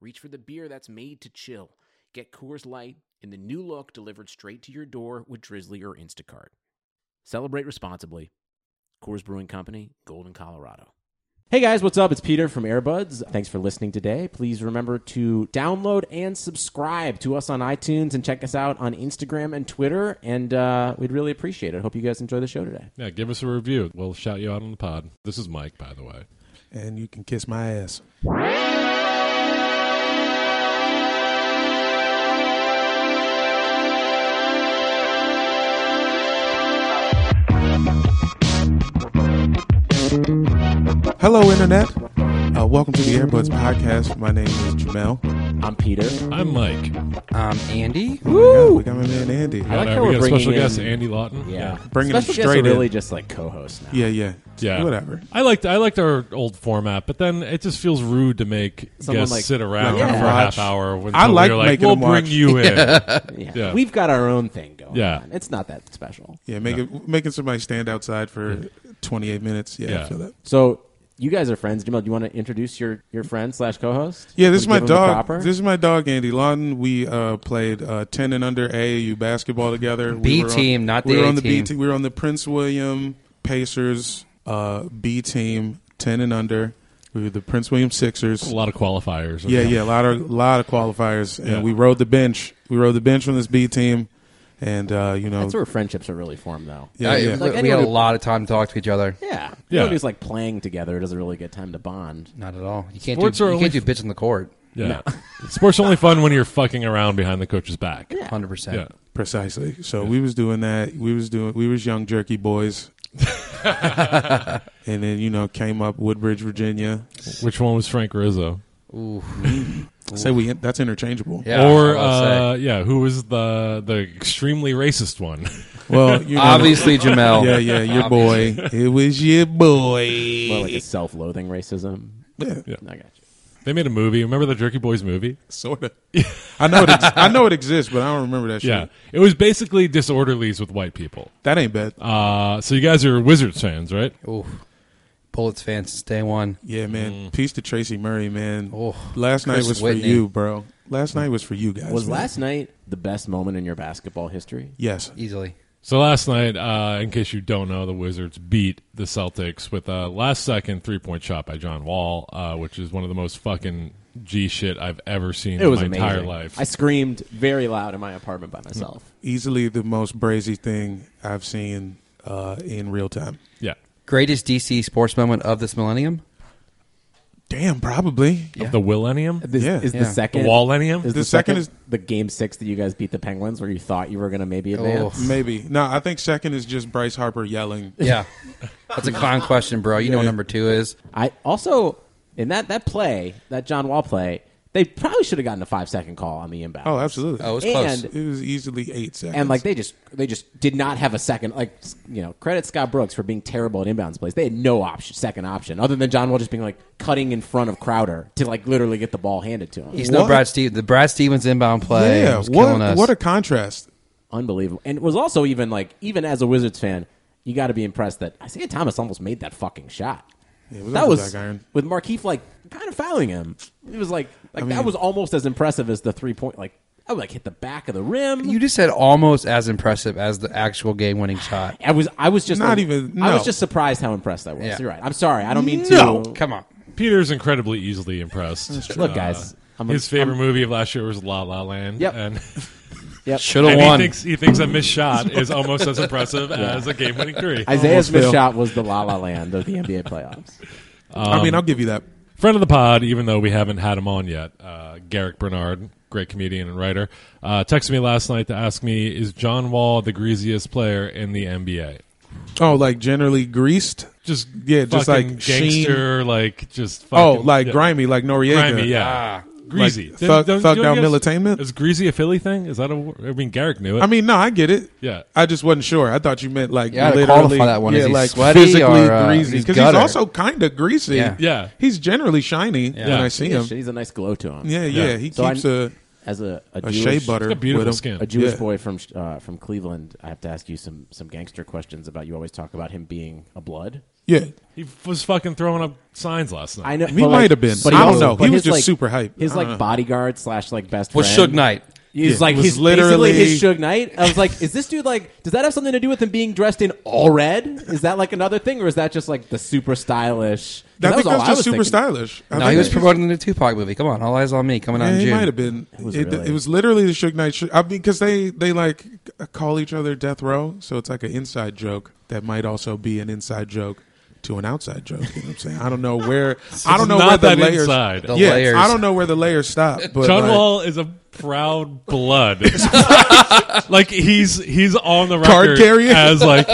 reach for the beer that's made to chill. Get Coors Light in the new look delivered straight to your door with Drizzly or Instacart. Celebrate responsibly. Coors Brewing Company, Golden, Colorado. Hey guys, what's up? It's Peter from Airbuds. Thanks for listening today. Please remember to download and subscribe to us on iTunes and check us out on Instagram and Twitter. And uh, we'd really appreciate it. Hope you guys enjoy the show today. Yeah, give us a review. We'll shout you out on the pod. This is Mike, by the way. and you can kiss my ass. Hello, Internet. Uh, welcome to the Airbuds Podcast. My name is Jamel. I'm Peter. Mm-hmm. I'm Mike. Um, Andy? Yeah, we got my man Andy. I like Uh, how we we're got a special bringing guest, in- Andy Lawton. Yeah. Bringing him Special guests are straight in. really just like co hosts now. Yeah, yeah, Yeah. Whatever. I liked I liked our old format, but then it just feels rude to make Someone guests like- sit around Yeah. for a Watch. half hour. When I so like we're like making we'll them bring watch. you in. Yeah. Yeah. We've got our own thing going Yeah. on. It's not that special. Yeah, making making somebody stand outside for 28 minutes. Yeah, Yeah. I feel that. So. You guys are friends, Jamel. Do you want to introduce your, your friend slash co-host? Yeah, this is Wanna my give him the dog. proper? This is my dog, Andy Lawton. We uh, played uh, ten and under AAU basketball together. B we were on- team, not we the were A on the B team. team. We were on the Prince William Pacers uh, B team, ten and under. We were the Prince William Sixers. A lot of qualifiers. Yeah, yeah, a lot of lot of qualifiers, and Yeah. we rode the bench. We rode the bench on this B team, and uh, you know, That's where friendships are really formed, though. yeah, I- yeah. we- Like we had a anyone- lot of time to talk to each other. Yeah. Yeah. Anyone who's like playing together doesn't really get time to bond. Not at all. You can't Sports do are you can't only- do bitch on the court. Yeah. Sports are only fun when you're fucking around behind the coach's back. Yeah. Hundred percent. precisely. So we was doing that. We was doing. We was young jerky boys. and then you know came up Woodbridge, Virginia. Which one was Frank Rizzo? Ooh. Say we that's interchangeable. Yeah, or I was about uh, yeah, who was the the extremely racist one? Well, you to say. know, Obviously Jamel. yeah, yeah, your boy. It was your boy. More like a self-loathing racism. Yeah, Yeah. I got you. they made a movie. Remember the Jerky Boys movie? sort of. I know it. Ex- I know it exists, but I don't remember that shit. Yeah, it was basically disorderlies with white people. That ain't bad. Uh, so you guys are Wizards fans, right? Ooh. Bullets fans since day one. Yeah, man. Peace to Tracy Murray, man. Mm. Oh, last night Chris was for Whitney. you, bro. Last night was for you guys. Was man. last night the best moment in your basketball history? Yes. Easily. So last night, uh, in case you don't know, the Wizards beat the Celtics with a last-second three-point shot by John Wall, uh, which is one of the most fucking g shit I've ever seen It was in my amazing. entire life. I screamed very loud in my apartment by myself. Easily the most brazy thing I've seen uh, in real time. yeah, Greatest DC sports moment of this millennium? Damn, probably. Yeah. the Millennium, This Yeah. is Yeah. the second the Wallennium. Is the, The second, second the game six that you guys beat the Penguins, where you thought you were going to maybe Oh. advance? Maybe. No, I think second is just Bryce Harper yelling. Yeah. That's a clown question, bro. You know what number two is. I also in that that play, that John Wall play, they probably should have gotten a five second call on the inbound. Oh, absolutely. Oh, it was And- close. it was easily eight seconds. and like they just they just did not have a second like you know credit Scott Brooks for being terrible at inbounds plays. They had no option second option other than John Wall just being like cutting in front of Crowder to like literally get the ball handed to him. He's He's no What? Brad Stevens. The Brad Stevens inbound play yeah, was killing what us. what a contrast. unbelievable, and it was also even like even as a Wizards fan, you got to be impressed that Isaiah Thomas almost made that fucking shot. Yeah, it was that on the was back iron. with Markeith like kind of fouling him. It was like like that mean- was almost as impressive as the three point like I would like hit the back of the rim. you just said almost as impressive as the actual game winning shot. I was I was just Not even- I was no. just surprised how impressed I was. Yeah. You're right. I'm sorry. I don't mean No. to. Come on. Peter's incredibly easily impressed. Uh, Look, guys. I'm His favorite I'm- movie of last year was La La Land. Yep. and, Yep. Should have and he won. thinks he thinks a missed shot is almost as impressive as a game-winning three. Isaiah's Almost missed fail. shot was the La La Land of the NBA playoffs. I Um, mean, I'll give you that. friend of the pod, even though we haven't had him on yet, uh, Garrick Bernard, great comedian and writer, uh, texted me last night to ask me, is John Wall the greasiest player in the NBA? Oh, like generally greased. Just Yeah, just fucking like Sheen. gangster, like just fucking, Oh, like yeah, grimy, like Noriega. grimy, yeah, Ah, Greasy. thug, Doesn't- thug don't down you guys- militainment. Is Greasy a Philly thing? Is that a? wor- I mean, Garrick knew it. I mean, no, I get it. yeah. I just wasn't sure. I thought you meant like Yeah, I had to literally qualify that one. Yeah, Is he like sweaty physically or, uh, greasy he's because he's gutter? also kind of greasy. Yeah. Yeah. he's generally shiny when I see Yeah, him. he's a nice glow to him. Yeah, yeah, Yeah. he So I- keeps a As a, a, a Jewish- shea butter He's got beautiful with him. skin. a Jewish Yeah. boy from uh, from Cleveland. I have to ask you some some gangster questions about. You always talk about him being a blood. Yeah, He f- was fucking throwing up signs last night. I know He but, like- might have been. but I don't also- know. but He was his, just like- super hype. Uh-huh. His I like don't know. bodyguard slash like best Well, friend. Suge Knight. He's Yeah. like Was his literally- literally his Suge Knight. I was like, is this dude like? Does that have something to do with him being dressed in all red? Is that like another thing, or is that just like the super stylish? 'cause I think all that's just was super thinking. stylish. I No, think he was that's- promoting the Tupac movie. Come on, All Eyes on Me coming out Yeah, in he June. might have been. It was it, really- was literally the Suge Knight. Sh- I mean, because they they like call each other Death Row, so it's like an inside joke that might also be an inside joke to an outside joke. You know what I'm saying? I don't know where. I don't know not where the that layers. inside. The yeah, layers. I don't know where the layers stop. But John like, Wall is a proud blood. like he's he's on the record Card carrying? as like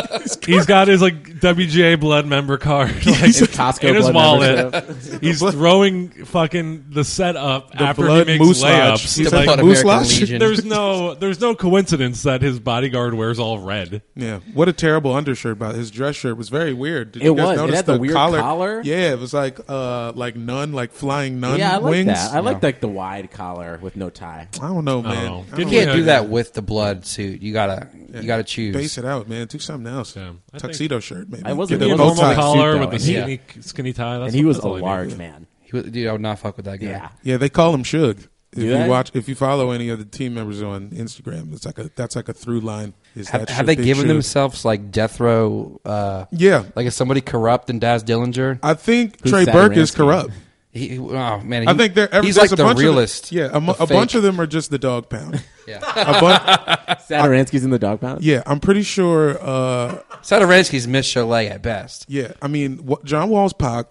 he's got his like WGA blood member card like, His Costco in his blood wallet. membership. He's throwing fucking the setup the after blood he makes moose lodge. layups. He's The Like, like Blood moose American lodge. Legion. there's no there's no coincidence that his bodyguard wears all red. Yeah, what a terrible undershirt! By his dress shirt was very weird. Did It you guys was. It notice had the weird collar. Yeah, it was like uh like nun, like flying nun Yeah, I like wings. that. I like like the wide collar with no tie. I don't know, man. know. I Did You don't he- can't know. do that with the blood suit. You gotta, you gotta choose. Base it out, man. Do something else. Yeah. I think- Tuxedo shirt, maybe. I wasn't Get a A a even bow normal normal tie. collar though, with a and he- skinny skinny tie. That's And he what- was that's a all I need. large man. He would- dude, I would not fuck with that guy. Yeah. Yeah, they call him Suge. If Do you they? watch, if you follow any of the team members on Instagram, it's like a that's like a through line. Is Have, that have Suge, they Big given Suge. themselves like death row? Uh, Yeah, Like is somebody corrupt and Daz Dillinger? I think Who's Trey Saturansky? Burke is corrupt. He, he- oh man, he, I think they're every, he's there's like a the bunch realist. Of, them- yeah, a, mu- the a bunch fake. of them are just the dog pound. Yeah. A bun- Saturansky's in the dog pound. yeah, I'm pretty sure. Uh, Saturansky's Miss Chalet at best. yeah, I mean wh- John Wall's Pac,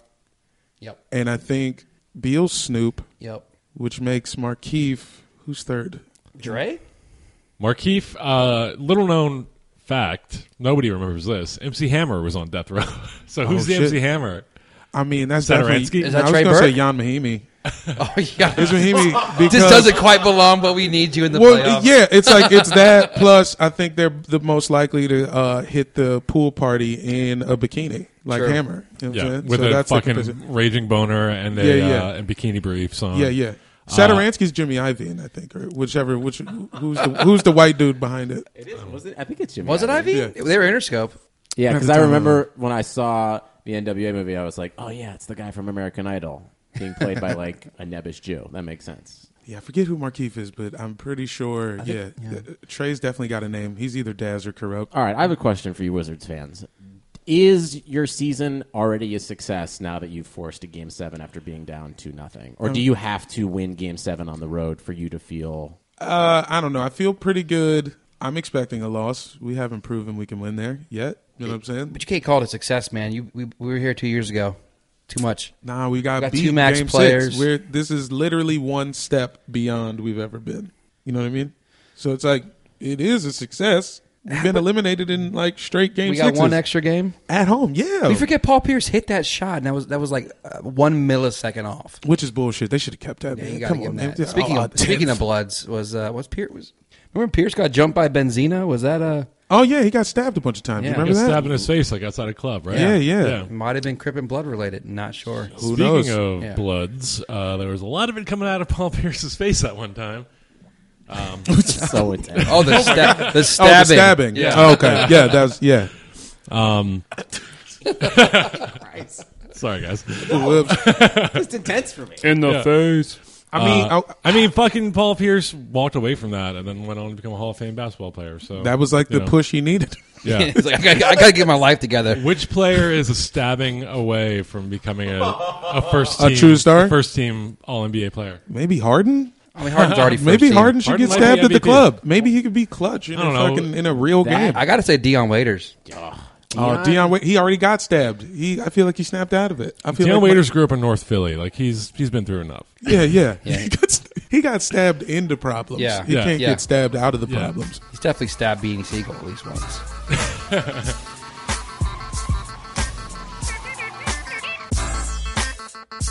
Yep. and I think Beal Snoop, Yep. which makes Markeef who's third. Dre? Markeef, uh, little known fact, nobody remembers this. MC Hammer was on death row. so who's the Oh, shit. MC Hammer? I mean that's Saturansky? definitely. Is I that was Trey gonna Burke? say Jan Mahimi. Oh yeah. Is Mahimi because this doesn't quite belong, but we need you in the Well, playoffs. yeah, it's like it's that. Plus, I think they're the most likely to uh, hit the pool party in a bikini, like True. Hammer. You know what I'm Yeah, saying? with So a that's the fucking comparison. raging boner and a, Yeah, yeah. Uh, and bikini briefs on. Uh, yeah, yeah. Saturansky's Jimmy Iovine, I think, or whichever. Which who's the who's the white dude behind it? It is, was it? I think it's Jimmy. Was it Iovine. Ivy? Yeah. They were Interscope. Yeah, because the I time. remember when I saw the NWA movie, I was like, oh yeah, it's the guy from American Idol being played by like a nebbish Jew. That makes sense. Yeah, I forget who Markeef is, but I'm pretty sure. yeah, Uh, Trey's definitely got a name. He's either Daz or Kurok. All right, I have a question for you, Wizards fans. Is your season already a success now that you've forced a game seven after being down two nothing, or do you have to win game seven on the road for you to feel? Uh, I don't know. I feel pretty good. I'm expecting a loss. We haven't proven we can win there yet. You know what I'm saying? But you can't call it a success, man. You we, we were here two years ago. Too much. Nah, we got, We got beat two in max game players. Six. We're this is literally one step beyond we've ever been. You know what I mean? So it's like it is a success. We've been eliminated in like straight game We got sixes. one extra game. at home. Yeah, We forget Paul Pierce hit that shot, and that was that was like uh, one millisecond off. which is bullshit. They should have kept that. Yeah, man. you gotta Come give on, him man. that. Speaking Oh, of damn. speaking of bloods, was uh, was Pierce was remember Pierce got jumped by Benzino? Was that uh, a oh yeah, he got stabbed a bunch of times. You Yeah. He got remember that? stabbed in his face like outside a club, right? Yeah, yeah. might have been Crip and blood related? Not sure. Who Speaking knows? of Yeah. bloods, uh, there was a lot of it coming out of Paul Pierce's face at one time. It's so intense. Oh, the, sta- the Oh, stabbing. the stabbing. Yeah. Oh, okay. Yeah, that's yeah. Sorry, guys. Whoops. it's intense for me. In the face. Uh, I mean, I- I mean, fucking Paul Pierce walked away from that and then went on to become a Hall of Fame basketball player. So That was like you the know. push he needed. Yeah. He's like, I gotta, I gotta get my life together. Which player is a stabbing away from becoming a, a first team, A true star? first team All NBA player? Maybe Harden. I mean, Harden's already first Maybe team. Harden should Harden get might be stabbed at the MVP. club. Maybe he could be clutch in I a don't know. fucking in a real That- game. I gotta say, Dion Waiters. Oh, Deion, Wait- he already got stabbed. He, I feel like he snapped out of it. I feel Deion like Waiters grew up in North Philly. Like he's he's been through enough. yeah, yeah. Yeah. He, got, st- he got stabbed into problems. Yeah. he Yeah. can't Yeah. get stabbed out of the Yeah. problems. He's definitely stabbed Beanie Siegel at least once.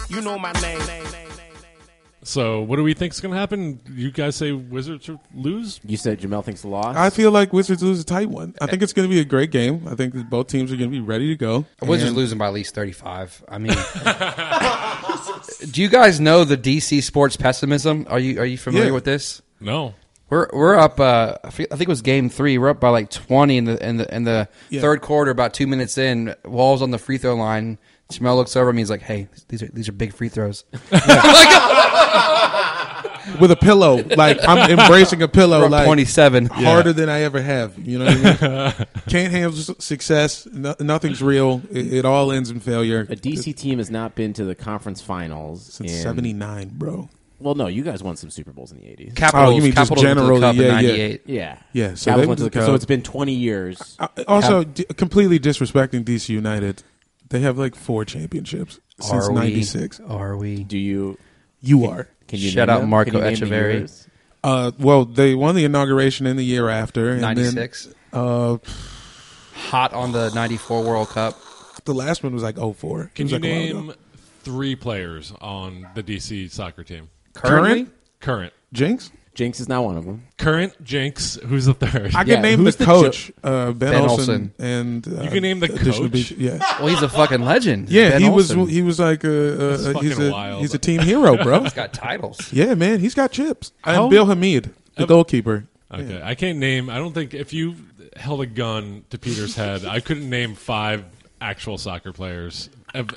You know my name. So what do we think is going to happen? You guys say Wizards lose? You said Jamel thinks loss. I feel like Wizards lose a tight one. I think it's going to be a great game. I think that both teams are going to be ready to go. Wizards And- losing by at least 35. I mean, do you guys know the DC sports pessimism? Are you are you familiar Yeah. with this? No. We're we're up. Uh, I fe- I think it was game three. We're up by like 20 in the in the in the Yeah. third quarter. About two minutes in, Walls on the free throw line. Jamel looks over at me. He's like, "Hey, these are these are big free throws." Oh, with a pillow. Like I'm embracing a We're pillow. up Like oh, 27. harder than I ever have. You know what I mean? Can't handle s- success. No, nothing's real. It, it all ends in failure. a DC team has not been to the conference finals since in- '79, bro. Well, no, you guys won some Super Bowls in the eighties. Capitals, you mean just Capitals went to generally, the cup in yeah, yeah. '98. yeah, Yeah, so So, they went to the went to the so Cup. it's been twenty years. I- Also, d- completely disrespecting DC United. They have like four championships since Are we- '96. Are we? Do you? You are. Can you Shout name out them? Marco Can you name the Echeverry. years? Uh, well, they won the inauguration in the year after. and then, '96. uh, Hot on the '94 World Cup. the last one was like 04. It Can was you like a while ago. name three players on the DC soccer team? current Current. Jinx? Jinx is not one of them. Current Jinx, who's the third? I Yeah, can name the who's the coach, uh, ben, Ben Olsen, Olsen. and uh, You can name the additional coach? beach- yeah, Well, he's a fucking legend. yeah. Ben he Olsen. was he was like a, a, fucking he's a wild. he's a team hero, bro. got titles. yeah, man, he's got chips. How- And Bill Hamid, the goalkeeper. okay. I can't name. I don't think if you held a gun to Peter's head, I couldn't name five actual soccer players. Of,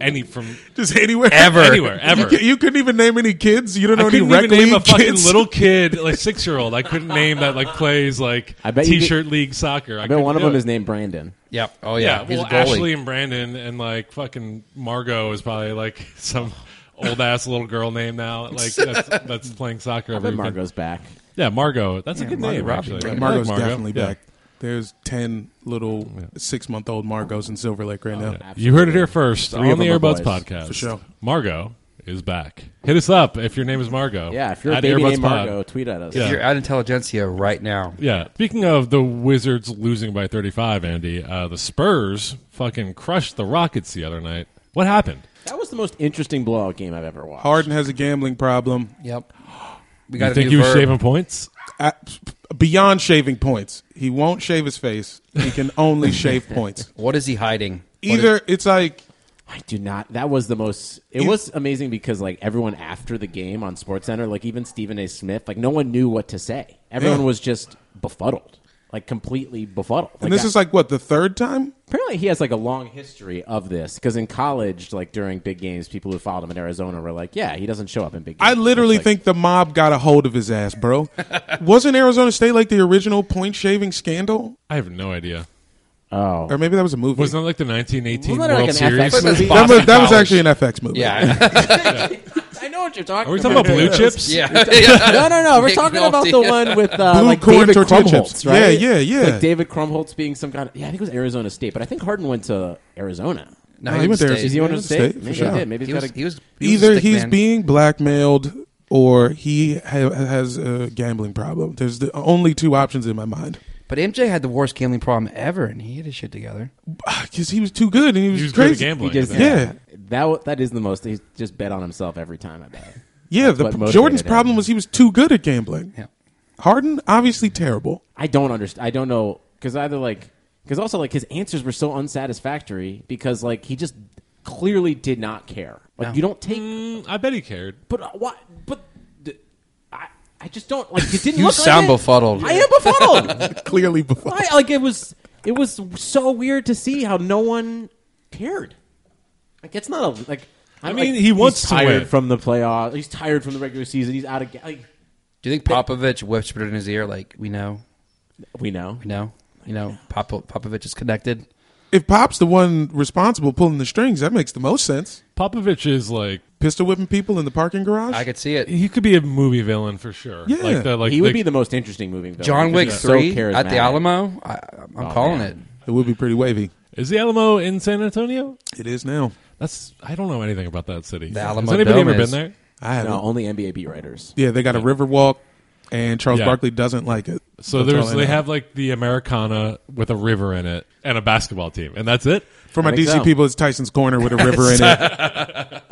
any from Just anywhere, Ever. anywhere ever. You, c- you couldn't even name any kids. You don't know I any couldn't rec even name a league fucking kids. little kid, like six year old. I couldn't name that like plays like I bet you t-shirt league soccer. I, I bet couldn't one of do them it. is named Brandon. Yep. Oh yeah. yeah. He's well, a goalie. Ashley and Brandon and like fucking Margot is probably like some old ass little girl name now. Like that's, that's playing soccer. I every bet weekend. Margo's back. Yeah, Margot. That's a good Margot name. Robbie. actually. Yeah, I like Margot's Margot. definitely Yeah. back. There's ten little six month old Margos in Silver Lake right now. You heard it here first on of the them are Earbuds boys. podcast. For sure. Margot is back. Hit us up if your name is Margot. Yeah, if you're a At baby Earbuds named Pod. Margo, tweet at us. Yeah. If you're at Intelligentsia right now, Yeah. Speaking of the Wizards losing by 35, Andy, uh, the Spurs fucking crushed the Rockets the other night. What happened? That was the most interesting blowout game I've ever watched. Harden has a gambling problem. Yep. We got you to think he was shaving points? I- beyond shaving points, he won't shave his face. He can only shave points. What is he hiding? What Either is- it's like I do not. That was the most. It You- was amazing because like everyone after the game on SportsCenter, like even Stephen A. Smith, like no one knew what to say. Everyone Yeah. was just befuddled, like completely befuddled. And this I- is like what the third time. apparently he has like a long history of this because in college, like during big games, people who followed him in Arizona were like, "Yeah, he doesn't show up in big." games. I literally It's like- think the mob got a hold of his ass, bro. Wasn't Arizona State like the original point shaving scandal, I have no idea. oh, or maybe that was a movie? Wasn't that like the 1918 Wasn't that World like an FX Series? movie? that was, that was College. actually an FX movie. Yeah. I know what you're talking. Are we talking about blue chips? yeah. No, no, no. We're Nick talking about the Nolte. one with uh, Blue like corn David tortilla Krumholtz, chips. right? Yeah, yeah, yeah. Like David Krumholtz being some kind of yeah, I think it was Arizona State, but I think Harden went to Arizona. No, No, he he went didn't there. stay. Is he Yeah, one of the state? for Maybe sure. he did. Maybe He he's was, got a. he was he was a Either stick he's man. being blackmailed or he ha- has a gambling problem. There's the only two options in my mind. But MJ had the worst gambling problem ever, and he had his shit together. Because Ah, he was too good and he was, He was good at crazy. gambling. He just, Yeah. Yeah. That wa- that is the most. He just bet on himself every time. I bet. Yeah, what the, motivated Jordan's him. problem was he was too good at gambling. Yeah. Harden obviously terrible. I don't understand. I don't know because either like because also like his answers were so unsatisfactory because like he just clearly did not care. Like No. you don't take, Mm, I bet he cared. but uh, what? But d- I I just don't like. It didn't You look sound like it. befuddled. I am befuddled. Clearly before. I, like it was it was so weird to see how no one cared. Like it's not a like. I mean, he wants he's to tired win. from the playoff. He's tired from the regular season. He's out of. ga- Like, Do you think Popovich whispered in his ear, like, we know, we know. we know, you know, Pop- Popovich is connected? If Pop's the one responsible pulling the strings, that makes the most sense. Popovich is like Pistol whipping people in the parking garage. I could see it. he could be a movie villain for sure. Yeah. like the, like he would the- be the most interesting movie. villain John Wick because he's so 3 at charismatic. Oh, the Alamo? I, I'm calling man. it would be pretty wavy. Is the Alamo in San Antonio? It is now. That's I don't know anything about that city. The Has Alamo anybody Dome ever is- been there? I haven't. No, only NBA beat writers. Yeah, they got a river walk, and Charles Yeah. Barkley doesn't like it. So That's all there's I they know. have like the Americana with a river in it and a basketball team, and that's it. for my I think DC so. people. It's Tyson's Corner with a river in it.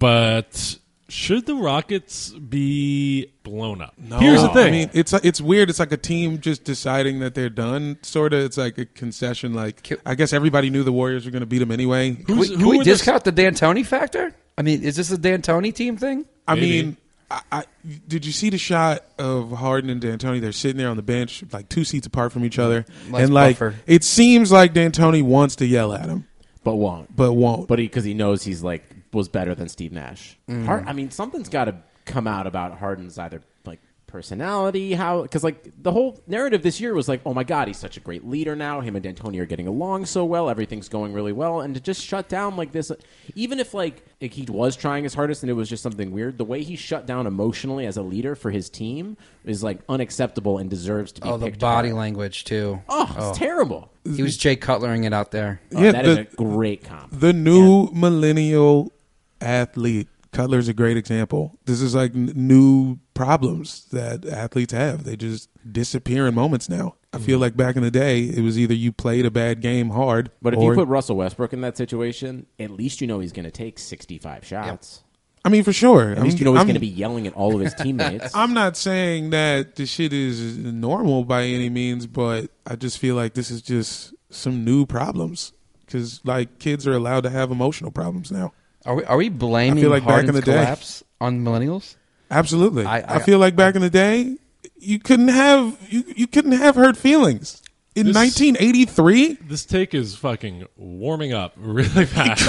But Should the Rockets be blown up? No, uh, Here's the thing. Oh. I mean, it's it's weird. It's like a team just deciding that they're done. Sort of. It's like a concession. Like Can- I guess everybody knew the Warriors were going to beat them anyway. Can we, Who's- can who we are the s- discount the D'Antoni factor? I mean, is this a D'Antoni team thing? I Maybe. mean, I, I, did you see the shot of Harden and D'Antoni? They're sitting there on the bench, like two seats apart from each other, Nice and like buffer. it seems like D'Antoni wants to yell at him, but won't. but won't. but he because he knows he's like was better than Steve Nash. Har- I mean, something's got to come out about Harden's either like personality, how because like the whole narrative this year was like, oh my god, he's such a great leader now. Him and D'Antoni are getting along so well, everything's going really well, and to just shut down like this, even if like, like he was trying his hardest and it was just something weird, the way he shut down emotionally as a leader for his team is like unacceptable and deserves to be. Oh, the picked body apart. language too. Oh, it's terrible. He was Jay Cutlering it out there. Oh, Yeah, that is the- a great comp. the new millennial athlete. Cutler's a great example. This is like n- new problems that athletes have. They just disappear in moments now. I Mm-hmm. feel like back in the day, it was either you played a bad game hard, But if or, you put Russell Westbrook in that situation, at least you know he's going to take 65 shots. I mean, for sure. At least you know he's going to be yelling at all of his teammates. I'm not saying that the shit is normal by any means, but I just feel like this is just some new problems because like kids are allowed to have emotional problems now. Are we, are we blaming I feel like back in Harden's the day- collapse on millennials? Absolutely, I- I, I- feel like back in the day, you couldn't have you, you couldn't have hurt feelings in This- 1983. This take is fucking warming up really fast.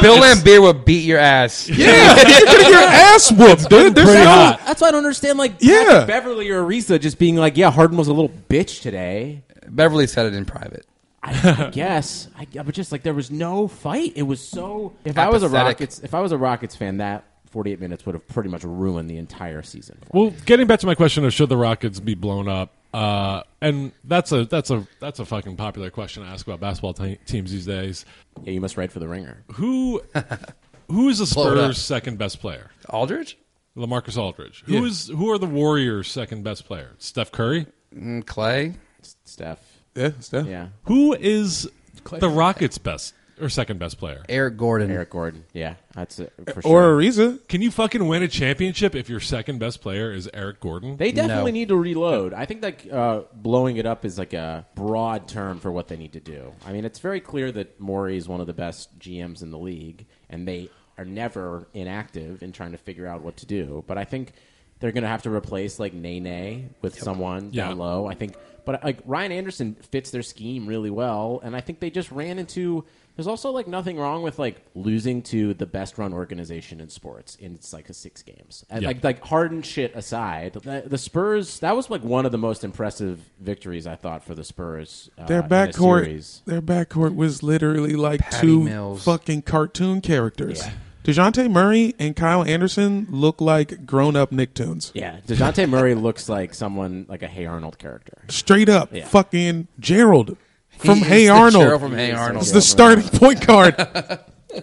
Bill Lambier would beat your ass. Yeah, you're getting your ass whooped, dude. There's pretty no- hot. that's why I don't understand, like, Yeah. Patrick Beverly or Ariza just being like, yeah, Harden was a little bitch today. Beverly said it in private. I, I guess. I, I was just like, there was no fight. It was so. If I was a Apathetic. Rockets, if I was a Rockets fan, that 48 minutes would have pretty much ruined the entire season. For me. well, getting back to my question of should the Rockets be blown up? Uh, and that's a that's a that's a fucking popular question to ask about basketball te- teams these days. Yeah, you must write for the Ringer. Who who is the Blown up. Spurs' second best player? Aldridge? LaMarcus Aldridge. Who is who are the Warriors' second best player? Steph Curry. Mm, Clay? S- Steph, Yeah, stuff. yeah, Who is the Rockets' best or second best player? Eric Gordon. Eric Gordon, yeah, that's it for sure. Or Ariza. Can you fucking win a championship if your second best player is Eric Gordon? They definitely need to reload. I think like uh, blowing it up is like a broad term for what they need to do. I mean, it's very clear that Morey is one of the best GMs in the league, and they are never inactive in trying to figure out what to do. But I think they're going to have to replace like Nene with someone Yeah. down low. I think, but uh, like Ryan Anderson fits their scheme really well, and I think they just ran into. There's also like nothing wrong with like losing to the best run organization in sports in it's like a six games. And, Yeah. Like like Harden shit aside, the, the Spurs that was like one of the most impressive victories I thought for the Spurs. Uh, Their in a backcourt, series. their backcourt was literally like Patty two Mills. fucking cartoon characters. Dejounte Murray and Kyle Anderson look like grown-up Nicktoons. Yeah, Dejounte Murray looks like someone like a Hey Arnold character. Straight up, Yeah. fucking Gerald He from is Hey the Gerald Arnold. from Hey He's Arnold. He's the starting point guard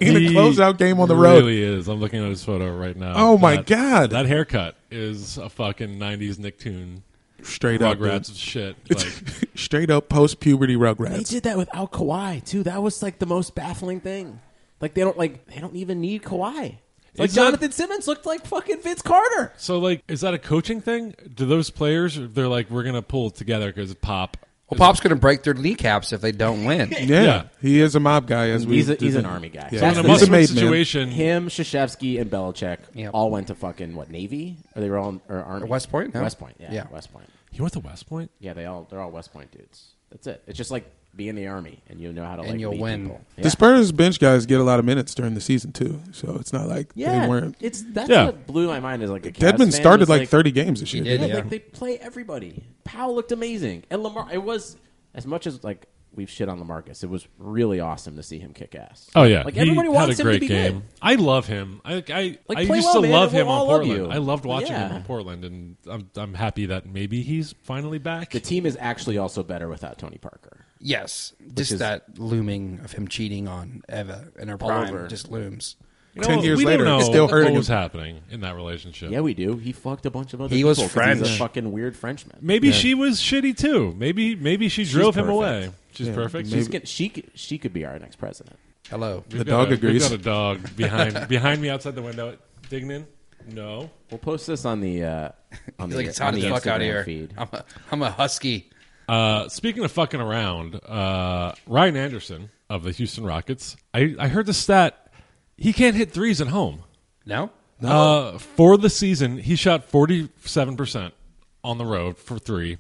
in a He closeout game on the road. Really is. I'm looking at his photo right now. Oh my That- God. That haircut is a fucking '90s Nicktoon Straight up, dude. Rugrats shit. Like, straight up post-puberty They Rugrats. did that without Kawhi too. That was like the most baffling thing. Like they don't like they don't even need Kawhi. Like It's not- Jonathan Simmons looked like fucking Vince Carter. so like, is that a coaching thing? Do those players? They're like, we're gonna pull together because Pop. Well, Pop's going to break their kneecaps if they don't win. Yeah. Yeah. he is a mob guy. As we, He's a, he's an army guy. Yeah. That's in the a must He's a win made man. situation. Him, Shashevsky, and Belichick Yep. all went to fucking what Navy? Or they were all in- or Army? West Point, no? West Point. Yeah, Yeah. West Point. You went to West Point. Yeah, they all they're all West Point dudes. That's it. It's just like be in the army and you know how to like you'll lead win. people. Yeah. The Spurs bench guys get a lot of minutes during the season too, so it's not like yeah, they weren't. it's that's Yeah. what blew my mind. Is like a Cavs Deadman fan started was like, 30 games this year. did. didn't Yeah, Yeah. like they play everybody. Powell looked amazing, and Lamar. It was as much as like we've shit on Lamarcus. It was really awesome to see him kick ass. Oh yeah, like He everybody had wants a him great to be game. good. I love him. I I, Like, I play used well, to man, and love we'll him on all love Portland. you. I loved watching him Yeah. on Portland, and I'm I'm happy that maybe he's finally back. The team is actually also better without Tony Parker. Yes. Just is- that looming of him cheating on Eva in her prime over. just looms. You 10 years we later, don't know it's still hurting what was him. happening in that relationship. Yeah, we do. He fucked a bunch of other He people. was 'cause he's French. a fucking weird Frenchman. Maybe she was shitty too. Maybe maybe she drove him perfect. away. She's perfect. She's She's gonna, she could- she could be our next president. Hello. We've The got dog a, agrees. We've got a dog behind behind me outside the window. Digging in. No. We'll post this on the uh, on He's the, like, it's on hot as the fuck out Instagram here. feed. I'm a, I'm a husky. Uh, speaking of fucking around, uh, Ryan Anderson of the Houston Rockets. I, I heard the stat. He can't hit threes at home. No? Uh, for the season, he shot 47% on the road for three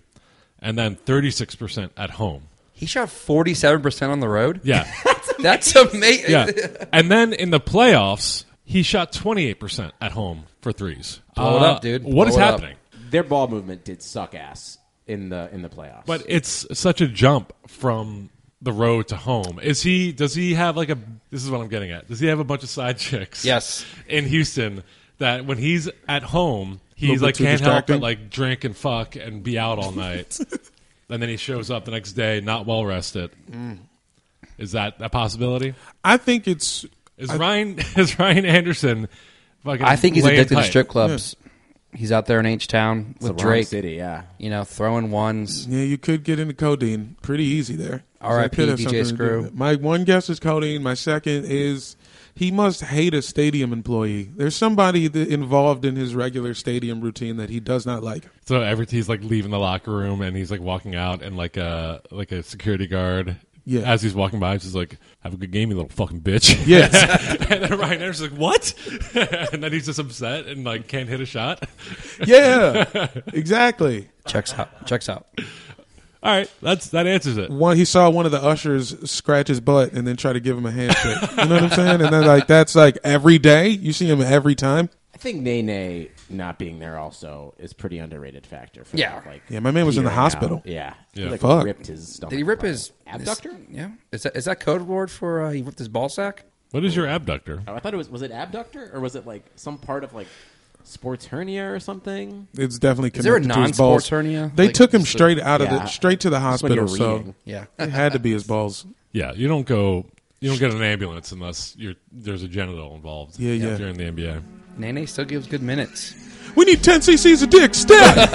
and then 36% at home. He shot 47% on the road? Yeah. That's amazing. yeah. And then in the playoffs, he shot 28% at home for threes. Blow it Uh, up, dude. What is Blow it up. happening? Their ball movement did suck ass in the in the playoffs. But it's such a jump from the road to home. Is he? Does he have like a? This is what I'm getting at. Does he have a bunch of side chicks? Yes. In Houston, that when he's at home, he's Little bit like too can't help but distracting. like drink and fuck and be out all night, and then he shows up the next day not well rested. Mm. Is that a possibility? I think it's Is Ryan is Ryan Anderson? Fucking I think he's laying addicted to pipe? strip clubs. He's out there in H Town It's the with wrong Drake, City, yeah. you know, throwing ones. yeah, you could get into codeine pretty easy there. So that R.I.P. could have DJ something to do Screw. with it. My one guess is codeine. My second is he must hate a stadium employee. There's somebody that involved in his regular stadium routine that he does not like. So every he's like leaving the locker room and he's like walking out and like a like a security guard. Yeah. As he's walking by, he's just like, "Have a good game, you little fucking bitch." Yes. and then Ryan Anderson's like, "What?" and then he's just upset and like can't hit a shot. yeah. Exactly. Checks out. Checks out. All right, that's that answers it. One he saw one of the ushers scratch his butt and then try to give him a handshake. you know what I'm saying? And then like that's like every day. You see him every time. I think Nene not being there also is pretty underrated factor. For Yeah. that, like Yeah, my man was in the peeling hospital. out. Yeah, He, Yeah. like, Fuck. ripped his. Stomach Did he rip apart. his abductor? Is, yeah. Is that is that code word for uh, he ripped his ball sack? What is your abductor? Oh, I thought it was was it abductor or was it like some part of like sports hernia or something? It's definitely Is there a connected to his balls. non-sports hernia? They Like, took him just a- straight out of Yeah. the straight to the That's when you're hospital. So reading. Yeah. it had to be his balls. Yeah, you don't go, you don't get an ambulance unless you're there's a genital involved. Yeah, yeah. If you're in the NBA, Nene still gives good minutes. We need 10 cc's of dick stat.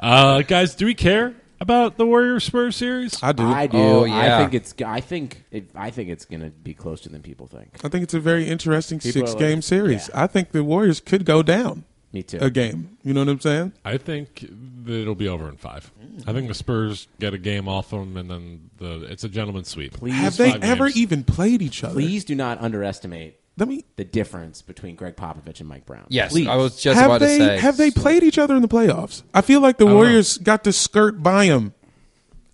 uh, guys, do we care about the Warrior Spurs series? I do. I I, do. Oh, I yeah. think it's. I think. It, I think it's gonna be closer than people think. think it's a very interesting People are six game like- series. I think the Warriors could go down Me too. a game. You know what I'm saying? I think that it'll be over in five. Mm. I think the Spurs get a game off them, and then the it's a gentleman's sweep. Please, Have they five ever games. even played each other? please do not underestimate Let me. the difference between Greg Popovich and Mike Brown. Yes, Please. I was just have about to they say. have they played each other in the playoffs? I feel like the know. Warriors got to skirt by them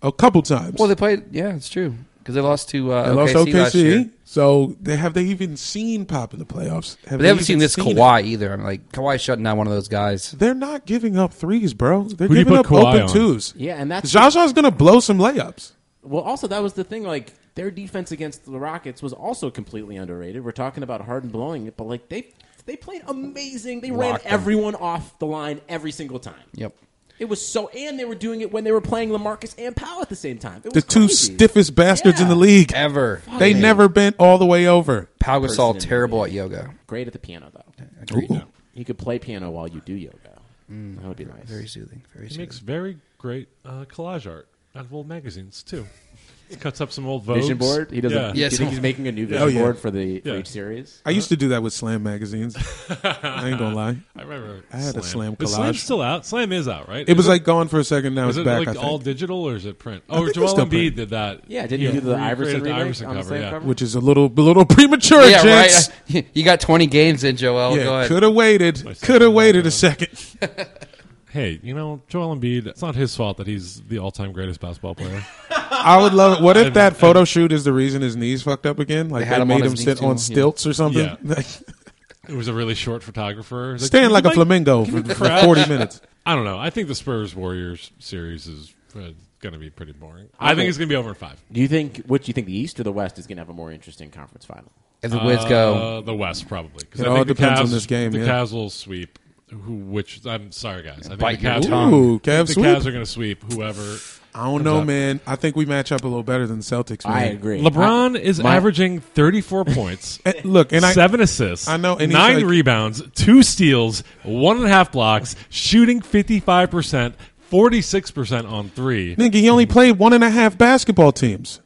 a couple times. Well, they played. Yeah, it's true because they lost to uh, they lost OKC last year. OKC. So they, have they even seen Pop in the playoffs? Have But they haven't even seen this it? Kawhi either. I'm like Kawhi shutting down one of those guys. They're not giving up threes, bro. They're Who do you giving put up Kawhi open on? twos. Yeah, and that's Zaza's going to blow some layups. Well, also that was the thing. Like their defense against the Rockets was also completely underrated. We're talking about Harden blowing it, but like they they played amazing. They ran Locked 'em. everyone off the line every single time. Yep. It was so, and they were doing it when they were playing LaMarcus and Powell at the same time. It The was two crazy. stiffest bastards in the league. Ever. They man. never bent all the way over. Pau person in Gasol the terrible at yoga. Great at the piano though. Ooh. You could play piano while you do yoga. that would be nice. Very soothing. Very He soothing. makes very great uh, collage art out of old magazines too. He cuts up some old Vogues. vision board. He doesn't. Yeah. do you Yes. think he's making a new vision Oh, yeah. board for the for Yeah. each series? I used to do that with Slam magazines. I ain't going to lie. I remember. I had a Slam Is collage. Slam's still out. Slam is out, right? It was like gone for a second. Now Is it's it back, like I all think. digital or is it print? Oh, think it's Joel still Embiid print. did that. Yeah, didn't he do the recreated Iverson the remake Iverson on the cover? same yeah. cover? Which is a little a little premature, Yeah, gents. right. You got 20 games in, Joel. Go Yeah, ahead. could have waited. Could have waited a second. Hey, you know Joel Embiid. It's not his fault that he's the all-time greatest basketball player. I would love it. What if that photo shoot is the reason his knees fucked up again? Like they, They had him on made his him knees sit too, yeah. on stilts or something? Yeah. it was a really short photographer. He's Staying like "You a might- flamingo for, for 40 minutes. I don't know. I think the Spurs Warriors series is uh, going to be pretty boring. I, think think- it's going to be over in five. Do you think? What do you think? The East or the West is going to have a more interesting conference final? If the Wiz go, Uh, the West probably. 'cause It I all think the depends on Cavs- this game, The yeah. Cavs will sweep who, which I'm sorry, guys. I think Bite the your Cavs, tongue. Ooh, I think Cavs the sweep. Cavs are going to sweep whoever. I don't know, up. man. I think we match up a little better than the Celtics. Man. I agree. LeBron is my- averaging 34 points. And look, and I seven assists, I know, and he's nine like- rebounds, two steals, one and a half blocks, shooting fifty-five percent, forty-six percent on three. nigga, he only played one and a half basketball teams.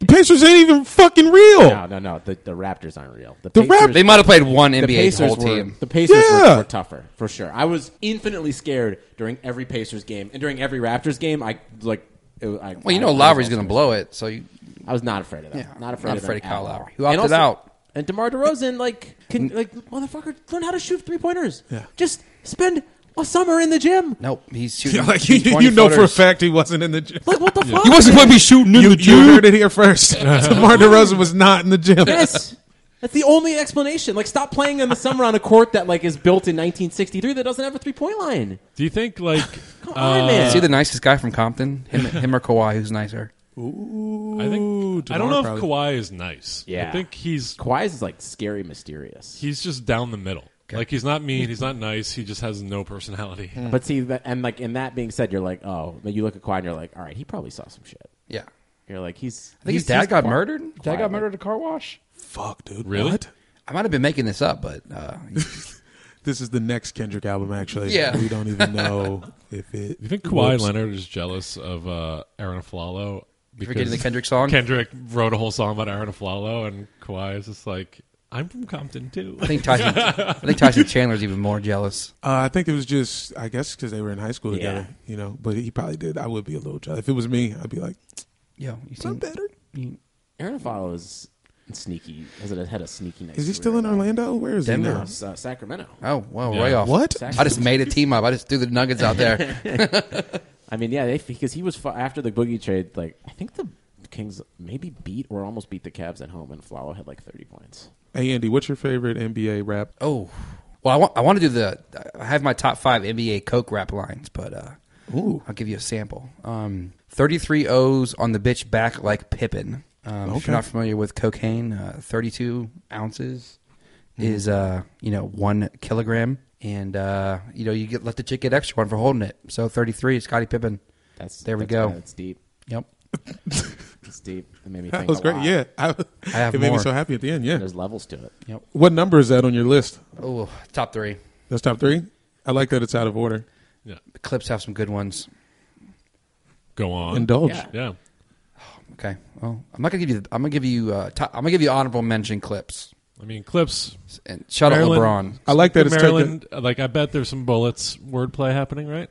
The Pacers ain't even fucking real. No, no, no. The, the Raptors aren't real. The, The Pacers, Rap- They might have played one the NBA Pacers whole were, team. The Pacers were- Yeah. were, tougher for sure. I was infinitely scared during every Pacers game and during every Raptors game. I like. It, was- I, Well, you I- know I was Lowry's also going to scared. blow it, so you, I was not afraid of that. Yeah, not afraid. not of, afraid them of Kyle at all. Lowry, who opted and also- out. And Demar Derozan, like, can like motherfucker, learn how to shoot three pointers. Mm. Yeah. Just spend a summer in the gym. nope, he's shooting. Yeah, like you, shooting 20 you know for a footers. fact he wasn't in the gym. Like, what the fuck? He wasn't man? going to be shooting in You, you the gym. heard it here first. DeMar DeRozan was not in the gym. Yes. That's the only explanation. Like, stop playing in the summer on a court that like is built in 1963 that doesn't have a three point line. Do you think like Come on, man. See the nicest guy from Compton, him, him or Kawhi, who's nicer? I think I don't DeMar know if probably- Kawhi is nice. Yeah. I think he's Kawhi's is like scary, mysterious. he's just down the middle. Like he's not mean, he's not nice. He just has no personality. Hmm. But see, that, and like, in that being said, you're like, oh, but you look at Kawhi and you're like, all right, he probably saw some shit. Yeah, I You're like, he's. think his he's- dad he's got qui- murdered. Dad quiet. got murdered at a car wash. Fuck, dude. Really? What? I might have been making this up, but uh, This is the next Kendrick album, actually. Yeah. We don't even know if Do it. you think Kawhi works. Leonard is jealous of uh, Aaron Aflalo? getting the Kendrick song? Kendrick wrote a whole song about Aaron Aflalo, and Kawhi is just like, "I'm from Compton too." I think Tyson, I think Tyson Chandler's even more jealous. Uh, I think it was just, I guess, because they were in high school Yeah. together, you know. But he probably did. I would be a little jealous. If it was me, I'd be like, Yo, you seen I'm better. Aaron Fowl is sneaky. Has a, had a sneaky night. Is he still in Orlando? Where is Denver. he now? Uh, Sacramento. Oh wow, Yeah. right off. What? I just made a team up. I just threw the Nuggets out there. I mean, yeah, they, because he was fu- after the boogie trade. Like, I think the Kings maybe beat or almost beat the Cavs at home, and Flower had like 30 points. Hey, Andy, what's your favorite NBA rap? Oh, well, I want I want to do the I have my top five NBA Coke rap lines, but uh, Ooh. I'll give you a sample. Um, Thirty three O's on the bitch back like Pippin. Um, If Okay. you're not familiar with cocaine, uh, thirty two ounces Mm-hmm. is uh you know one kilogram, and uh you know you get let the chick get extra one for holding it. So thirty three, Scotty Pippen. That's There we that's go. kinda- It's deep. Yep. It's deep. It made me think. That was a great. lot. Yeah. I, have it made more. me so happy at the end. Yeah. There's levels to it. What number is that on your list? Oh, top three. That's top three? I like that it's out of order. yeah, The clips have some good ones. go on. Indulge. Yeah. yeah. Okay. Well, I'm not gonna give you. I'm gonna give you. Uh, top, I'm gonna give you honorable mention clips. I mean, clips. And shout Maryland- out LeBron. I like that it's Maryland. Like, I bet there's some bullets wordplay happening, right?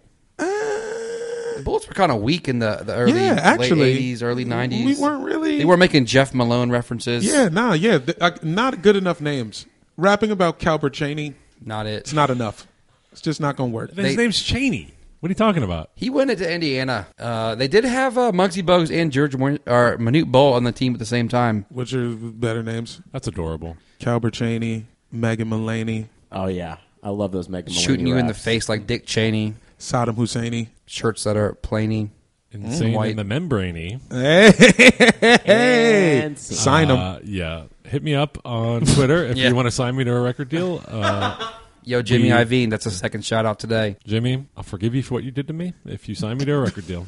The Bullets were kind of weak in the, the early yeah, actually, late 80s, early 90s. We weren't really. They were making Jeff Malone references. Yeah, nah, yeah, th- uh, not good enough names. Rapping about Calbert Cheney, Not it. it's not enough. It's just not gonna work. His They- name's Cheney. What are you talking about? He went into Indiana. Uh, they did have uh, Muggsy Bugs and George Win- or Manute Bol on the team at the same time. Which are better names? That's adorable. Calbert Cheney, Megan Mullaney, Oh yeah, I love those Megan. shooting Mullany you in the raps. face like Dick Cheney. Saddam Husseini. Shirts that are plainy. Insane White. in the membraney. Hey, And scene. sign them. Uh, yeah. Hit me up on Twitter if Yeah. you want to sign me to a record deal. Uh, Yo, Jimmy We- Iovine. That's a second shout out today. Jimmy, I'll forgive you for what you did to me if you sign me to a record deal.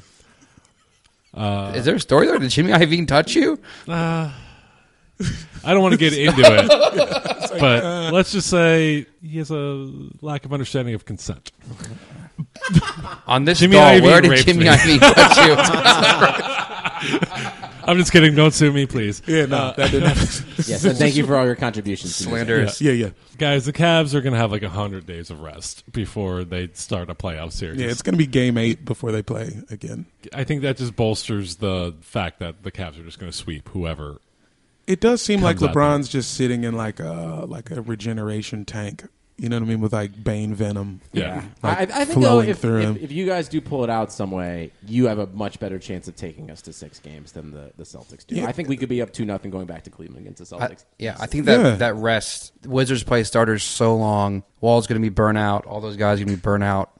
Uh, Is there a story there? Did Jimmy Iovine touch you? I don't want to get into it, but uh, let's just say he has a lack of understanding of consent. On this Jimmy doll, Iovine where did raped Jimmy me. Iovine touch I'm just kidding. Don't sue me, please. Yeah, no, that didn't. happen. Yes, and thank you for all your contributions. you? to music. Slanderous. yeah, yeah, Guys, the Cavs are going to have like 100 days of rest before they start a playoff series. yeah. It's gonna be game eight before they play again. I think that just bolsters the fact that the Cavs are just going to sweep whoever. It does seem like Comes out there. LeBron's just sitting in like a like a regeneration tank. You know what I mean? With like Bane venom. Yeah. I, Like I think though, flowing if, through if, him. if you guys do pull it out some way, you have a much better chance of taking us to six games than the, the Celtics do. Yeah. I think we could be up two nothing going back to Cleveland against the I, Celtics. yeah, I think that Yeah. that rest. Wizards play starters so long. Wall's going to be burnt out. All those guys are going to be burnt out.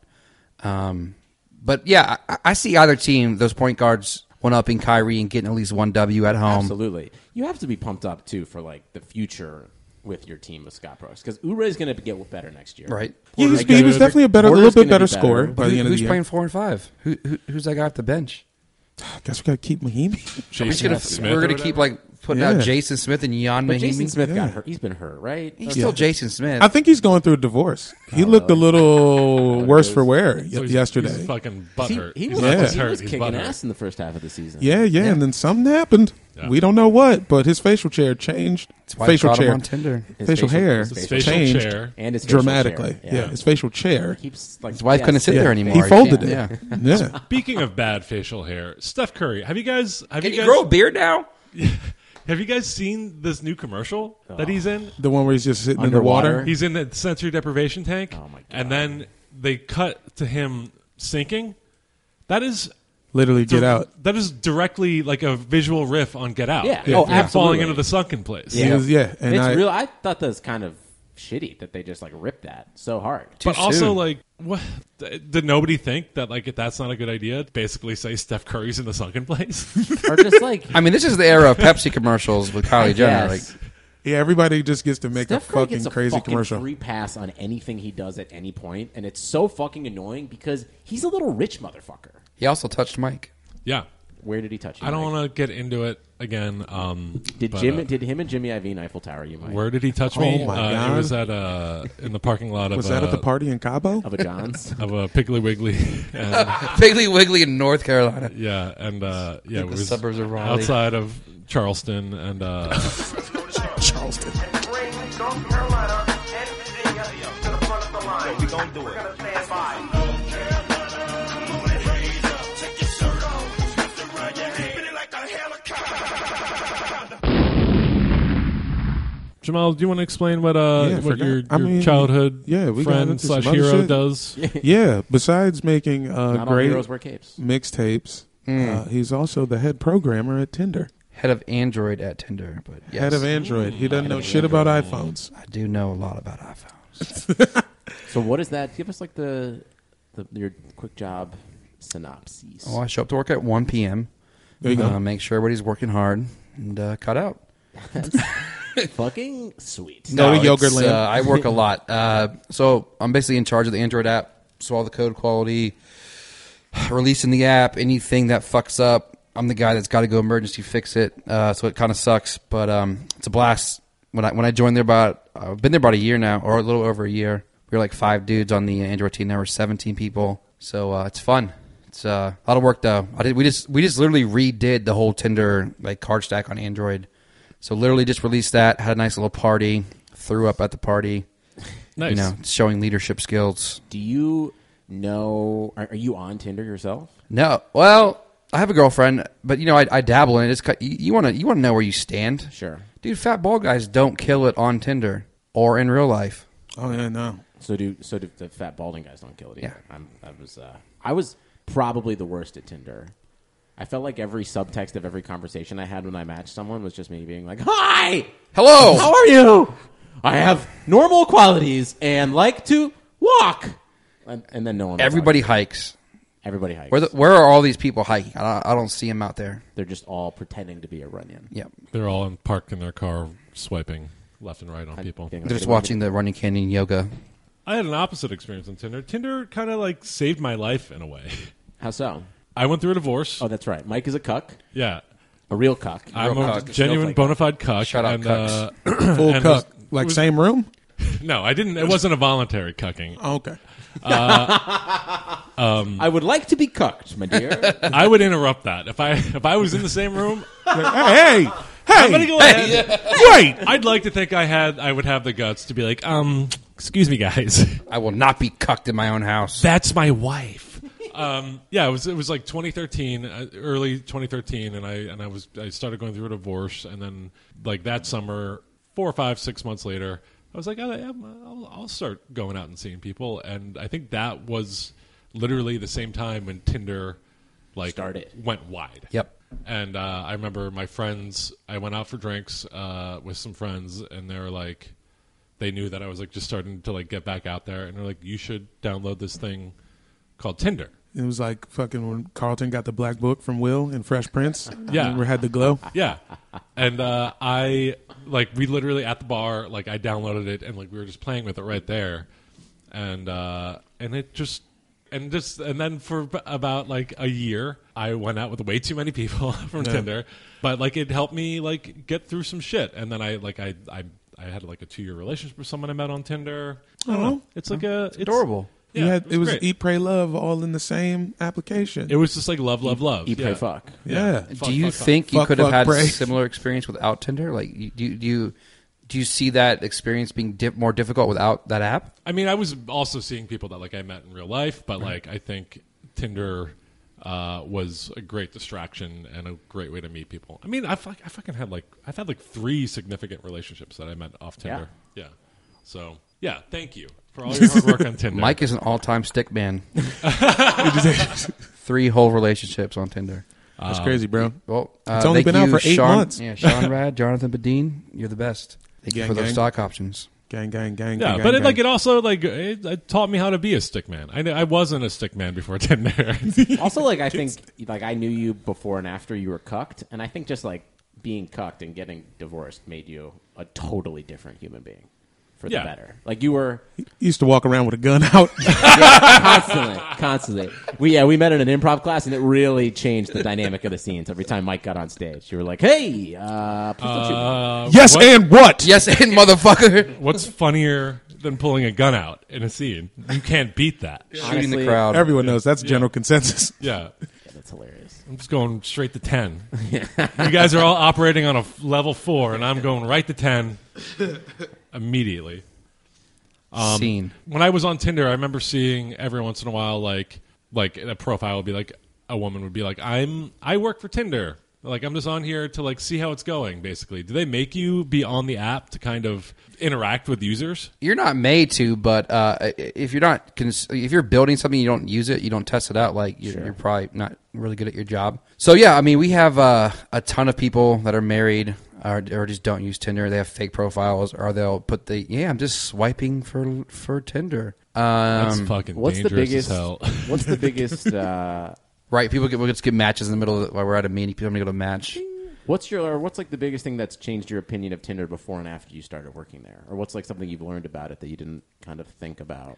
Um, but yeah, I, I see either team. Those point guards one up Um, in Kyrie and getting at least one W at home. Absolutely. You have to be pumped up too for like the future with your team of Scott Brooks because Oubre is going to get better next year. Right. Yeah, he was, Porter's he was gonna- definitely a better, a Porter's little bit gonna better be scorer by Who- the end of the who's year. playing four and five? Who, who who's that guy off the bench? I guess we got to keep Mahimi. We're just Jason gonna, Smith. we're or gonna whatever? keep like putting Yeah. out Jason Smith and Jan But Mahimi. Jason Smith Yeah. got hurt. He's been hurt, right? He's Okay. still Jason Smith. I think he's going through a divorce. He looked a little worse for wear So y- he's- yesterday. He's fucking butthurt. He, he He's was, not Yeah. just he hurt, was he's kicking butthurt. ass in the first half of the season. yeah, yeah, and then something happened. Yeah. We don't know what, but his facial chair changed. That's why I facial caught him chair, on Tinder. His facial hair his His facial Facial changed. chair. and his facial chair. dramatically. Yeah. his facial chair. Keeps, like, His wife yeah, couldn't sit Yeah. there anymore. He folded Yeah. it. Yeah, Speaking of bad facial hair, Steph Curry. Have you guys have Can you you guys grow a beard now? have you guys seen this new commercial that he's in? the one where he's just sitting in the Underwater. water. He's in the sensory deprivation tank. Oh, my God. And then they cut to him sinking. That is Literally, get out. That is directly like a visual riff on Get Out. Yeah. Oh, Him Falling absolutely. into the sunken place. He was- yeah, and it's I- real. I thought that was kind of shitty that they just like ripped that so hard. But Too also, soon. like, what did nobody think that like if that's not a good idea? Basically, say Steph Curry's in the sunken place. or just like I mean, this is the era of Pepsi commercials with Kylie Jenner. Like, yes. Yeah, everybody just gets to make Steph a Curry fucking gets a crazy fucking commercial. free pass on anything he does at any point, and it's so fucking annoying because he's a little rich motherfucker. he also touched Mike. yeah, Where did he touch? You, I don't Mike? want to get into it again. Um, Did but, Jim? uh, did him and Jimmy Iovine Eiffel Tower? You might where did he touch Oh me? my uh, It God. was at uh in the parking lot of Was that uh, at the party in Cabo? of a Johns. of a Piggly Wiggly. and, Piggly Wiggly in North Carolina. yeah, and uh, yeah, it the was suburbs of Raleigh. outside of Charleston, and uh, Charleston. North Carolina, and Virginia to the front of the line. we gonna do it. We're gonna stand by. Jamal, do you want to explain what uh Yeah, I what your, your forgot. I mean, childhood yeah, we got friend into slash some other hero shit. does? Yeah. Besides making uh, Not all great heroes wear capes. mixtapes, uh, he's also the head programmer at Tinder. Head of Android at Tinder, but yes, Head of Android. He doesn't know shit about iPhones. I do know a lot about iPhones. So what is that? Give us like the, the your quick job synopses. Well, Oh, I show up to work at 1 p.m. There you go. Uh, make sure everybody's working hard and uh, cut out. fucking sweet. Go to it's, Yogurtland. Uh, I work a lot. Uh, so I'm basically in charge of the Android app. So all the code quality, releasing the app, anything that fucks up, I'm the guy that's got to go emergency fix it. Uh, so it kind of sucks, but um, it's a blast. When I when I joined there about I've been there about a year now, or a little over a year. We were like five dudes on the Android team. Now we're 17 people. So uh, it's fun. It's uh, a lot of work though. I did, we just we just literally redid the whole Tinder like card stack on Android. So literally just released that. Had a nice little party. Threw up at the party. Nice. You know, showing leadership skills. Do you know? Are, are you on Tinder yourself? No, well, I have a girlfriend, but you know, I, I dabble in it. It's cut- you- you want to you want to know where you stand. Sure. dude, fat bald guys don't kill it on Tinder or in real life. oh yeah, no. So do so do the fat balding guys don't kill it either. Yeah. I'm, I was uh, I was probably the worst at Tinder. I felt like every subtext of every conversation I had when I matched someone was just me being like, "Hi, Hello. how are you? I have normal qualities and like to walk." And, and then no one. was Everybody talking. hikes. everybody hikes. Where the, where are all these people hiking? I don't, I don't see them out there. They're just all pretending to be a Runyon. Yep. They're all in, parked in their car, swiping left and right on people. Being like, They're just "Hey, what do watching the Running Canyon yoga. I had an opposite experience on Tinder. Tinder kind of like saved my life in a way. you- How so? I went through a divorce. Oh, that's right. Mike is a cuck, yeah, a real cuck. I'm a cuck. genuine Snowflake. bona fide cuck. Shout out and, uh, Full and cup. was- Like was- same room? no, I didn't. It wasn't a voluntary cucking. Oh, okay. I would like to be cucked, my dear. I would interrupt that if I if I was in the same room. Like, hey, hey, hey. I'm gonna go ahead. Wait, I'd like to think I had. I would have the guts to be like, um, excuse me, guys. I will not be cucked in my own house. That's my wife. um, yeah, it was it was like 2013, uh, early 2013, and I and I was I started going through a divorce, and then like that summer, four or five, six months later, I was like, oh, yeah, I'll, I'll start going out and seeing people, and I think that was literally the same time when Tinder like Started. went wide. Yep. And uh, I remember my friends. I went out for drinks uh, with some friends, and they were like, they knew that I was like just starting to like get back out there, and they're like, you should download this thing called Tinder. It was like fucking when Carlton got the black book from Will and Fresh Prince. Yeah. Remember had the glow? Yeah. And uh, I like we literally at the bar, like I downloaded it and like we were just playing with it right there. And uh and it just and just and then for b- about like a year, I went out with way too many people from Tinder, but like it helped me like get through some shit. And then I like I I, I had like a two year relationship with someone I met on Tinder. I don't know. It's like a it's, adorable. Yeah, you had, it was E great. Eat, Pray, Love all in the same application. It was just like love, E love, love. You pray Yeah. fuck. yeah. Fuck, do you fuck, fuck. think you Fuck, could have fuck, had pray. similar experience without Tinder? Like, you- do you, do you do you see that experience being dip, more difficult without that app? I mean, I was also seeing people that like I met in real life, but like I think Tinder uh, was a great distraction and a great way to meet people. I mean, I fuck, I fucking had like I've had like three significant relationships that I met off Tinder. Yeah. So yeah, thank you for all your hard work on Tinder. Mike is an all-time stick man. Three whole relationships on Tinder. That's crazy, bro. Well, uh, It's only thank been out you, for eight Sean, months. Yeah, Sean Rad, Jonathan Bedeen, you're the best. Thank you Gang, for those gang. stock options. Gang, gang, gang. yeah, gang, but gang, it, like gang. it also like it, it taught me how to be a stick man. I kn- I wasn't a stick man before Tinder. Also, like I think, like I knew you before and after you were cucked, and I think just like being cucked and getting divorced made you a totally different human being for Yeah. the better. Like you were You used to walk around with a gun out. constantly, constantly. We yeah, we met in an improv class, and it really changed the dynamic of the scenes. Every time Mike got on stage, you were like, "Hey, uh, please don't shoot me." uh, yes, what- and what? Yes, and motherfucker, what's funnier than pulling a gun out in a scene? You can't beat that. shooting the Honestly, crowd. Everyone knows that's general consensus. Yeah. Yeah, that's hilarious. I'm just going straight to 10. you guys are all operating on a f- level 4, and I'm going right to 10 immediately. scene. When I was on Tinder, I remember seeing every once in a while, like, like a profile would be like, a woman would be like, I'm, I work for Tinder. Like, I'm just on here to, like, see how it's going, basically. Do they make you be on the app to kind of interact with users? You're not made to, but uh, i- if you're not, cons- if you're building something, you don't use it, you don't test it out. Like you're, you're probably not really good at your job. So yeah, I mean, we have uh, a ton of people that are married or, or just don't use Tinder. They have fake profiles, or they'll put the yeah, I'm just swiping for for Tinder. Um, That's fucking What's the dangerous biggest? as hell. What's the biggest? Uh, right? People get we'll just get matches in the middle of, while we're at a meeting. People need to go to match. What's your or what's like the biggest thing that's changed your opinion of Tinder before and after you started working there? Or what's like something you've learned about it that you didn't kind of think about?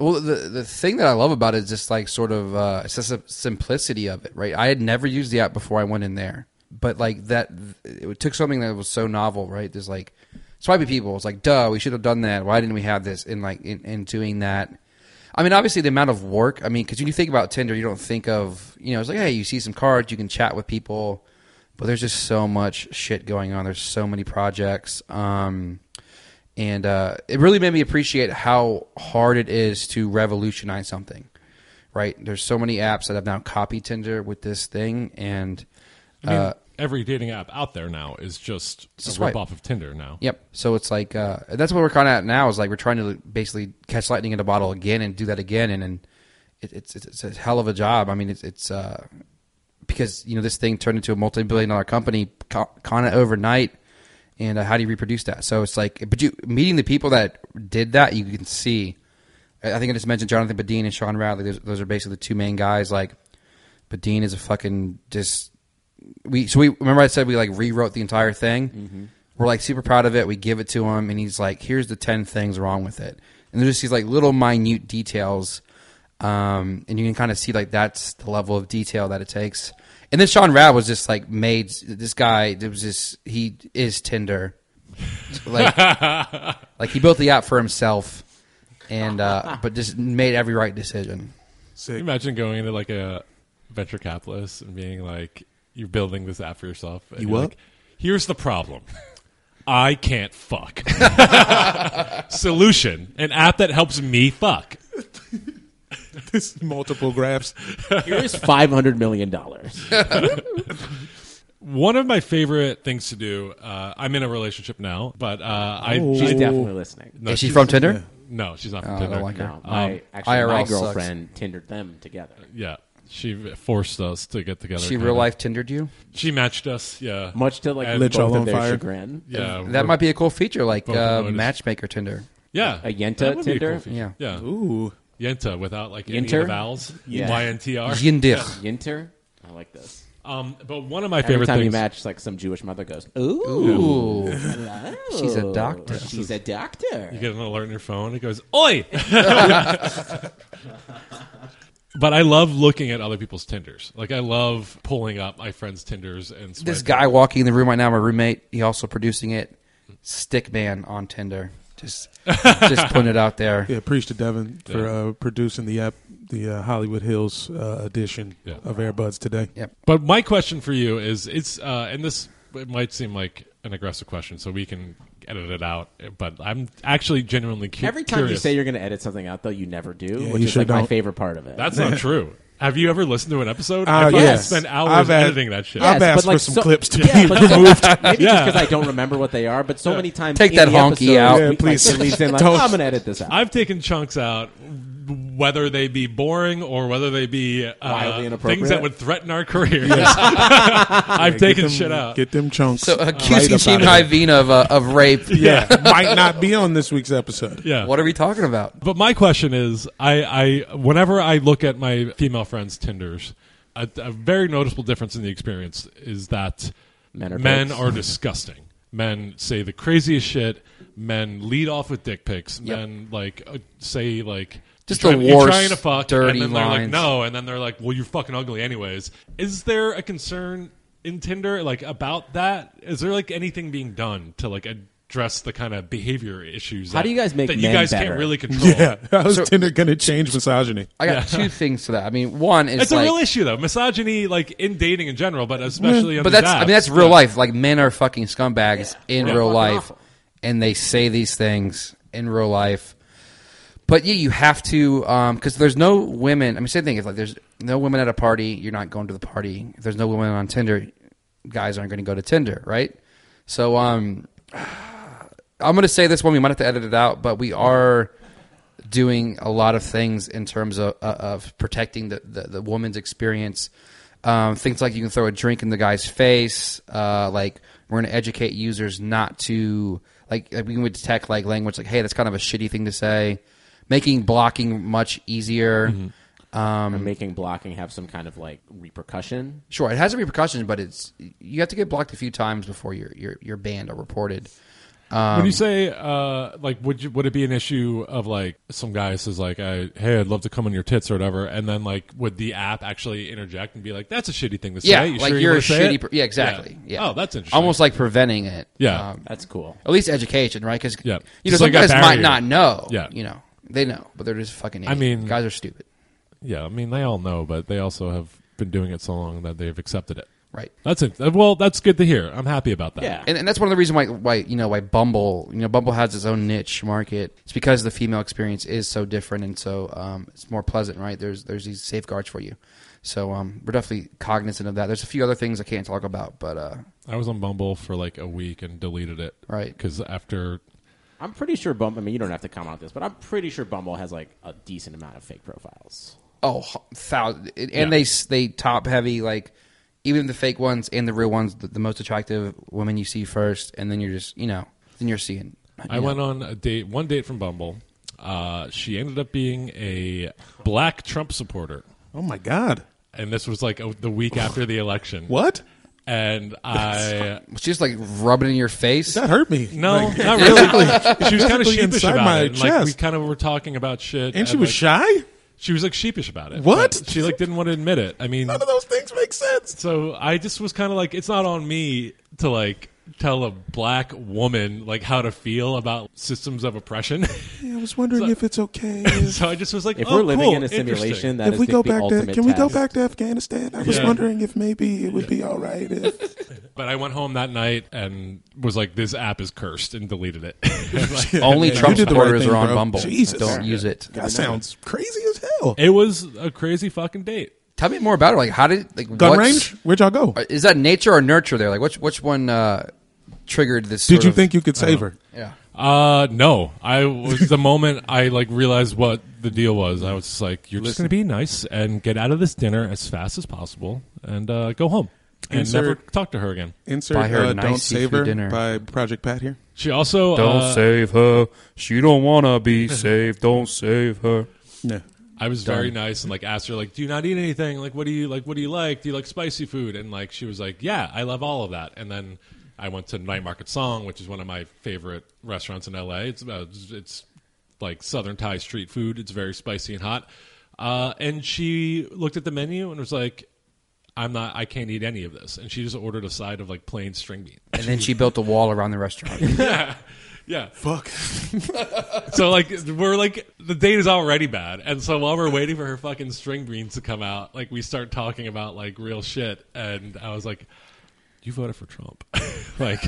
Well, the the thing that I love about it is just like sort of uh, it's just the simplicity of it, right? I had never used the app before I went in there, but like that, it took something that was so novel, right? There's like swipey people. It's like, duh, we should have done that. Why didn't we have this? And like in, in doing that, I mean, obviously the amount of work. I mean, because when you think about Tinder, you don't think of you know, it's like, hey, you see some cards, you can chat with people, but there's just so much shit going on. There's so many projects. Um, and uh, it really made me appreciate how hard it is to revolutionize something right there's so many apps that have now copied tinder with this thing and I mean, every dating app out there now is just a a, swipe. rip off of Tinder now. yep so it's like uh, that's what we're kind of at now is like we're trying to basically catch lightning in a bottle again and do that again and, and it, it's, it's it's a hell of a job i mean it's it's uh, because you know this thing turned into a multi-billion dollar company co- kind of overnight and uh, how do you reproduce that so it's like but you meeting the people that did that you can see i I think i just mentioned jonathan Bedeen and sean radley those, those are basically the two main guys like Bedeen is a fucking just we so we remember i said we like rewrote the entire thing we're like super proud of it we give it to him and he's like here's the 10 things wrong with it and there's just these like little minute details um, and you can kind of see like that's the level of detail that it takes. And then Sean Rad was just like made this guy. It was just he is Tinder, like like he built the app for himself, and uh, but just made every right decision. Can you imagine going into like a venture capitalist and being like, you're building this app for yourself. And You you're what? like, Here's the problem. I can't fuck. Solution: an app that helps me fuck. There's multiple graphs. Here's five hundred million dollars. One of my favorite things to do. Uh, I'm in a relationship now, but uh, I She's just- definitely listening. no, Oh. is she from Tinder? No, she's not from Oh, I don't Tinder. like her. No, Um, my actually IRL my sucks. girlfriend tindered them together. Yeah, she forced us to get together. She kinda. real life Tindered you. She matched us. Yeah, Much to like And- Lit y'all both on of their fire. chagrin. yeah. That might be a cool feature, like Both uh, noticed. matchmaker Tinder. yeah a Yenta That would be a Tinder? cool feature. Yeah. yeah. Ooh. Yenta without like any of Yinter? the vowels. Yeah. YNTR. Yindir. Yinter. I like this. Um, but one of my Every favorite time things. you match, like some Jewish mother goes, "Ooh, Ooh. hello. She's a doctor. She's a doctor." You get an alert on your phone. It goes, "Oi!" but I love looking at other people's Tinders. Like I love pulling up my friends' Tinders and This swiping. guy walking in the room right now, my roommate, he also producing it. Stickman on Tinder. Just just putting it out there. Yeah, preach to Devin for Yeah. uh, producing the app, the uh, Hollywood Hills uh, edition Yeah. of Airbuds today. Yep. But my question for you is it's uh, and this it might seem like an aggressive question, so we can edit it out. But I'm actually genuinely cu- Every time you curious. say you're going to edit something out, though, you never do, Yeah, which you is sure like my don't. favorite part of it. that's not true. Have you ever listened to an episode? Uh, I fucking yes. spend hours I've had- editing that shit. I've asked for some clips to yeah, be but so- maybe Yeah. just because I don't remember what they are, but so many times Take in that the episode, honky out. Yeah, we- like, please. it leaves in like, Don't- "Oh, I'm going to edit this out. I've taken chunks out, w- whether they be boring or whether they be uh, Wildly inappropriate. things that would threaten our careers. I've taken them, shit out. Get them chunks. So uh, Right up QC Team out of there. Hyveen of uh, of rape. Yeah, might not be on this week's episode. yeah. What are we talking about? But my question is, I, I whenever I look at my female friends' Tinders, a, a very noticeable difference in the experience is that Men are dicks. are disgusting. Men say the craziest shit. Men lead off with dick pics. Men like uh, say like Just you're the trying- you're worst trying to fuck, dirty and then they're like lines. no, and then they're like, well, you're fucking ugly anyways. Is there a concern in Tinder like about that? Is there like anything being done to like address the kind of behavior issues? How that, do you guys make that you men guys better? can't really control? Yeah, how's Tinder going to change misogyny? I got two things to that. I mean, one is It's a like, real issue though, misogyny like in dating in general, Mm-hmm. but especially but under that's I that. mean that's real life. Like men are fucking scumbags in They're real fucking life, awful. and they say these things in real life. But yeah, you have to because there's no women. I mean, same thing. If like there's no women at a party, you're not going to the party. If there's no women on Tinder, guys aren't going to go to Tinder, right? So um, I'm going to say this one. We might have to edit it out, but we are doing a lot of things in terms of, uh, of protecting the, the, the woman's experience. Um, things like you can throw a drink in the guy's face. Uh, like we're going to educate users not to like, like we can detect like language like, hey, that's kind of a shitty thing to say. Making blocking much easier. Mm-hmm. I'm making blocking have some kind of like repercussion. Sure, it has a repercussion, but it's you have to get blocked a few times before you're you're, you're banned or reported. Um, when you say uh, like, would you, would it be an issue of like some guy says like, I, "Hey, I'd love to come on your tits" or whatever, and then like, would the app actually interject and be like, "That's a shitty thing to say." Yeah, You like sure you you're a wanna say shitty. it?" Per- yeah, exactly. Yeah. Oh, that's interesting. Almost like preventing it. Um, Yeah. That's cool. at least education, right? Because Yeah. you Just know some like a guys might barrier. not know. Yeah. you know they know, but they're just fucking. Idiots. mean- guys are stupid, yeah. I mean, they all know, but they also have been doing it so long that they've accepted it. right? That's it. Uh, Well, that's good to hear. I'm happy about that. Yeah. And, and that's one of the reasons why why you know why Bumble you know Bumble has its own niche market. It's because the female experience is so different and so um, it's more pleasant, right? There's there's these safeguards for you, so um, we're definitely cognizant of that. There's a few other things I can't talk about, but uh, I was on Bumble for like a week and deleted it. Right. Because after I'm pretty sure Bumble. I mean, you don't have to comment on this, but I'm pretty sure Bumble has like a decent amount of fake profiles. oh, h- thousand and Yeah. they s- they top heavy like even the fake ones and the real ones, the, the most attractive women you see first, and then you're just you know then you're seeing. I went on a date, one date from Bumble. Uh, she ended up being a black Trump supporter, Oh my God! and this was like a, the week after the election. What? And I She just like rubbing it in your face. That hurt me. no, Like, not really. she was kind of physically sheepish inside about my it. and, Like we chest. kind of were talking about shit, and she was like, shy. She was like sheepish about it. What? but She like didn't want to admit it. I mean, None of those things make sense. so I just was kind of like, it's not on me to like tell a black woman like how to feel about systems of oppression. Yeah, I was wondering So- if it's okay. so I just was like, If oh, we're living cool, in a interesting. simulation, that is if we the, go the back to, ultimate can we go test. back to Afghanistan? I was Yeah. wondering if maybe it would be all right. If, But I went home that night and was like, "This app is cursed," and deleted it. Like, Only Yeah, Trump you did the right supporters thing, are on bro. Bumble. Jesus. Don't use it. that sounds crazy as hell. it was a crazy fucking date. Tell me more about it. Like, how did like Gun what's- uh, range? Where'd y'all go? Is that nature or nurture? There, like, which which one uh, triggered this? Did sort you of- think you could save her? Yeah. Uh, no, I was the moment I like realized what the deal was. I was just like, "You're just going to be nice and get out of this dinner as fast as possible and uh, go home and Insert- never talk to her again." Insert Buy her a uh, nice "Don't Save seafood Her" dinner. by Project Pat here. She also Don't uh, save her. She don't wanna be saved. Don't save her. Yeah. I was very nice and like asked her like, "Do you not eat anything? Like, what do you like? What do you like? Do you like spicy food?" And like, she was like, "Yeah, I love all of that." And then I went to Night Market Song, which is one of my favorite restaurants in LA. It's about it's like Southern Thai street food. It's very spicy and hot. Uh, and she looked at the menu and was like, "I'm not. I can't eat any of this." And she just ordered a side of like plain string bean. And then she built a wall around the restaurant. Yeah. Fuck. So like we're like the date is already bad, and so while we're waiting for her fucking string beans to come out, like we start talking about like real shit, and I was like, "You voted for Trump, like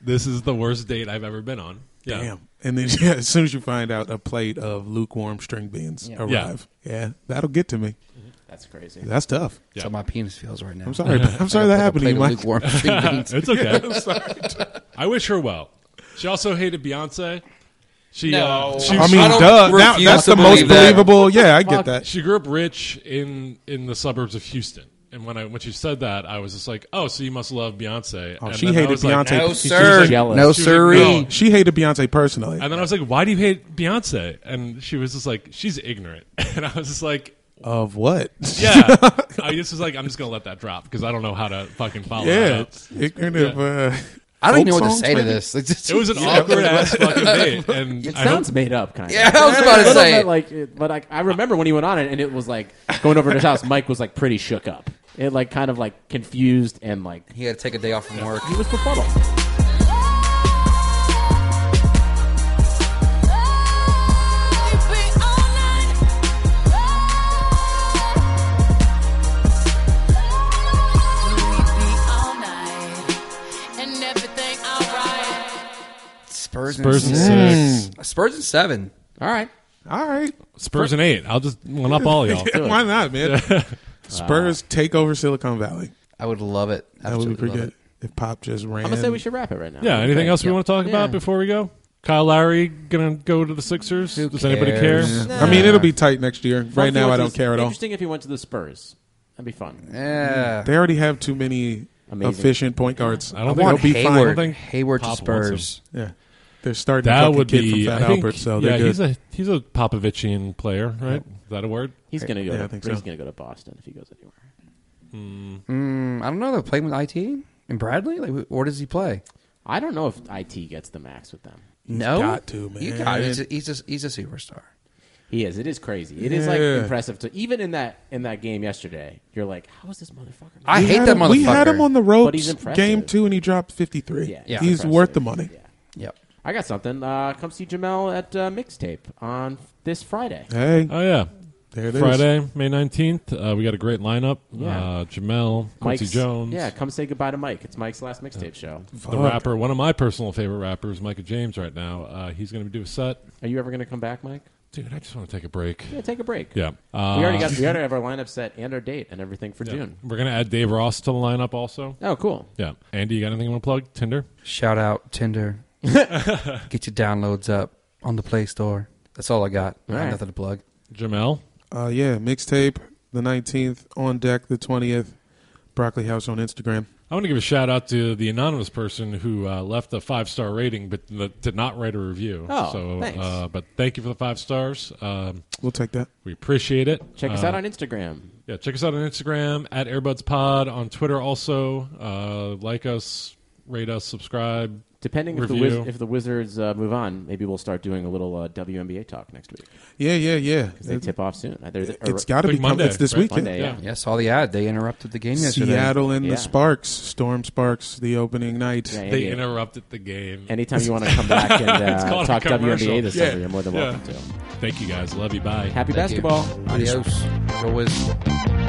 this is the worst date I've ever been on." Yeah. Damn. And then yeah, as soon as you find out a plate of lukewarm string beans arrive, yeah. that'll get to me. That's crazy. That's tough. So my penis feels right now. I'm sorry. I'm sorry that happened to you, Mike. Lukewarm string beans. It's okay. I wish her well. She also hated Beyonce. She uh, No. she, I I mean, don't duh. Now, refuse that's to the most believe that. believable. Yeah, I get that. She grew up rich in in the suburbs of Houston. And when I when she said that, I was just like, "Oh, so you must love Beyonce." Oh, and she then I hated was like, Beyonce. No, She- she sir. was jealous. No, She was like, "No." sirree. She hated Beyonce personally. And then I was like, "Why do you hate Beyonce?" And she was just like, "She's ignorant." And I was just like, of what? "Yeah." I just was like, "I'm just gonna let that drop because I don't know how to fucking follow that yeah. up." It kind of. Uh, I don't even know folk what to songs, say to maybe? this. It's just- It was an awkward ass fucking date, and It I hope- sounds made up, kind of. Yeah, I was about to But say. that, like, it- but I, I remember when he went on it, and it was like going over to his house. Mike was like pretty shook up. It like kind of like confused and like he had to take a day off from work. he was befuddled. Spurs, Spurs and and seven. Mm. six, Spurs and seven. All right, All right. Spurs and eight. I'll just one up all y'all. it. Why not, man? Spurs take over Silicon Valley. I would love it. That would Absolutely be pretty love good. If Pop just ran. I'm gonna say we should wrap it right now. Yeah. Anything else we Yeah. want to talk about Yeah. before we go? Kyle Lowry gonna go to the Sixers? Who Does anybody care? cares? I mean, it'll be tight next year. Right Front now, field I don't uh, is care at all. Interesting if he went to the Spurs. That'd be fun. it. Yeah. They already have too many Amazing. efficient point guards. I don't They'll think be Hayward. fine. I don't think Hayward to Pop wants him. Spurs. Yeah, they're starting That fucking would kid be. from I Fat think, Albert, so yeah, they're good. he's a he's a Popovichian player, right? Is that a word? He's gonna go. Yeah, I to, think He's so. gonna go to Boston if he goes anywhere. Mm, I don't know. They're playing with IT and Bradley. Like, wh- where does he play? I don't know if IT gets the max with them. no, got to, man. You got. He's a, he's a he's a superstar. He is. It is crazy. It is like Yeah. impressive to even in that in that game yesterday. You're like, how is this motherfucker? I We hate had that him- motherfucker. We had him on the ropes. But he's impressive. Game two, and he dropped fifty three. Yeah, Yeah. he's impressive. worth the money. Yeah. Yep. I got something. Uh, come see Jamel at uh, mixtape on this Friday. Hey, Oh yeah. there it is. Friday, May nineteenth. Uh, we got a great lineup. Yeah. Uh, Jamel, Quincy Mike's- Jones, Yeah, come say goodbye to Mike. It's Mike's last mixtape show. the rapper. One of my personal favorite rappers, Micah James. Right now, uh, he's going to do a set. Are you ever going to come back, Mike? Dude, I just want to take a break. Yeah, take a break. Yeah, uh, We already got we already have our lineup set and our date and everything for June. We're going to add Dave Ross to the lineup also. Oh, cool. Yeah, Andy, you got anything you want to plug? Tinder. Shout out Tinder. Get your downloads up on the Play Store. That's all I got. I have right. nothing to plug. Jamel. Uh, yeah, mixtape the nineteenth on deck the twentieth. Broccoli House on Instagram. I want to give a shout out to the anonymous person who uh, left a five star rating but th- did not write a review. Oh, so, thanks. Uh, but thank you for the five stars. Um, We'll take that. we appreciate it. Check us Uh, out on Instagram. Yeah, check us out on Instagram at AirbudsPod on Twitter. Also, uh, like us, rate us, subscribe. Depending if the, review. wiz- if the Wizards uh, move on, maybe we'll start doing a little uh, WNBA talk next week. Yeah, yeah, yeah. They tip off soon. They're- they're- it's got to Big be coming. Monday, It's this right? weekend. Monday, yeah. Yeah. Yeah, saw the ad. They interrupted the game yesterday. Seattle and Yeah. the Sparks, Storm Sparks, the opening night. Yeah, They Andy, interrupted the game. anytime you want to come back and It's uh, called a talk commercial. WNBA this Yeah. summer, you're more than Yeah. welcome to. Thank you guys. Love you. Bye. Happy Thank you. basketball. Adios. Go Wiz.